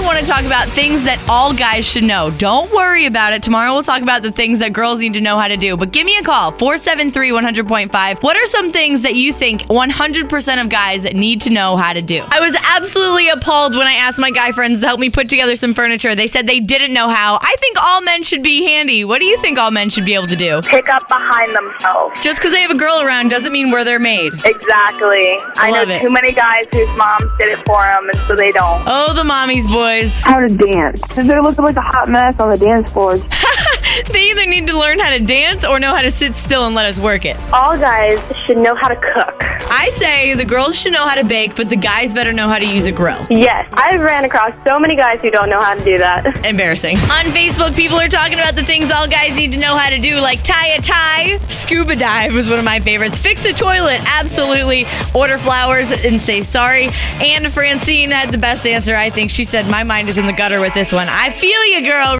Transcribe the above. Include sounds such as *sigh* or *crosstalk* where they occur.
want to talk about things that all guys should know. Don't worry about it. Tomorrow we'll talk about the things that girls need to know how to do. But give me a call 473 100.5. What are some things that you think 100% of guys need to know how to do? I was absolutely appalled when I asked my guy friends to help me put together some furniture. They said they didn't know how. I think all men should be handy. What do you think all men should be able to do? Pick up behind themselves. Just because they have a girl around doesn't mean where they're made. Exactly. I, love know it. too many guys whose moms did it for them, and so they don't. Oh, the mommies, boys. How to dance. Because they're looking like a hot mess on the dance floor. *laughs* They either need to learn how to dance or know how to sit still and let us work it. All guys should know how to cook. I say the girls should know how to bake, but the guys better know how to use a grill. *laughs* Yes, I've ran across so many guys who don't know how to do that. *laughs* Embarrassing. On Facebook, people are talking about the things all guys need to know how to do, like tie a tie, scuba dive was one of my favorites, fix a toilet, absolutely, order flowers and say sorry. And Francine had the best answer, I think. She said, My mind is in the gutter with this one. I feel you, girl.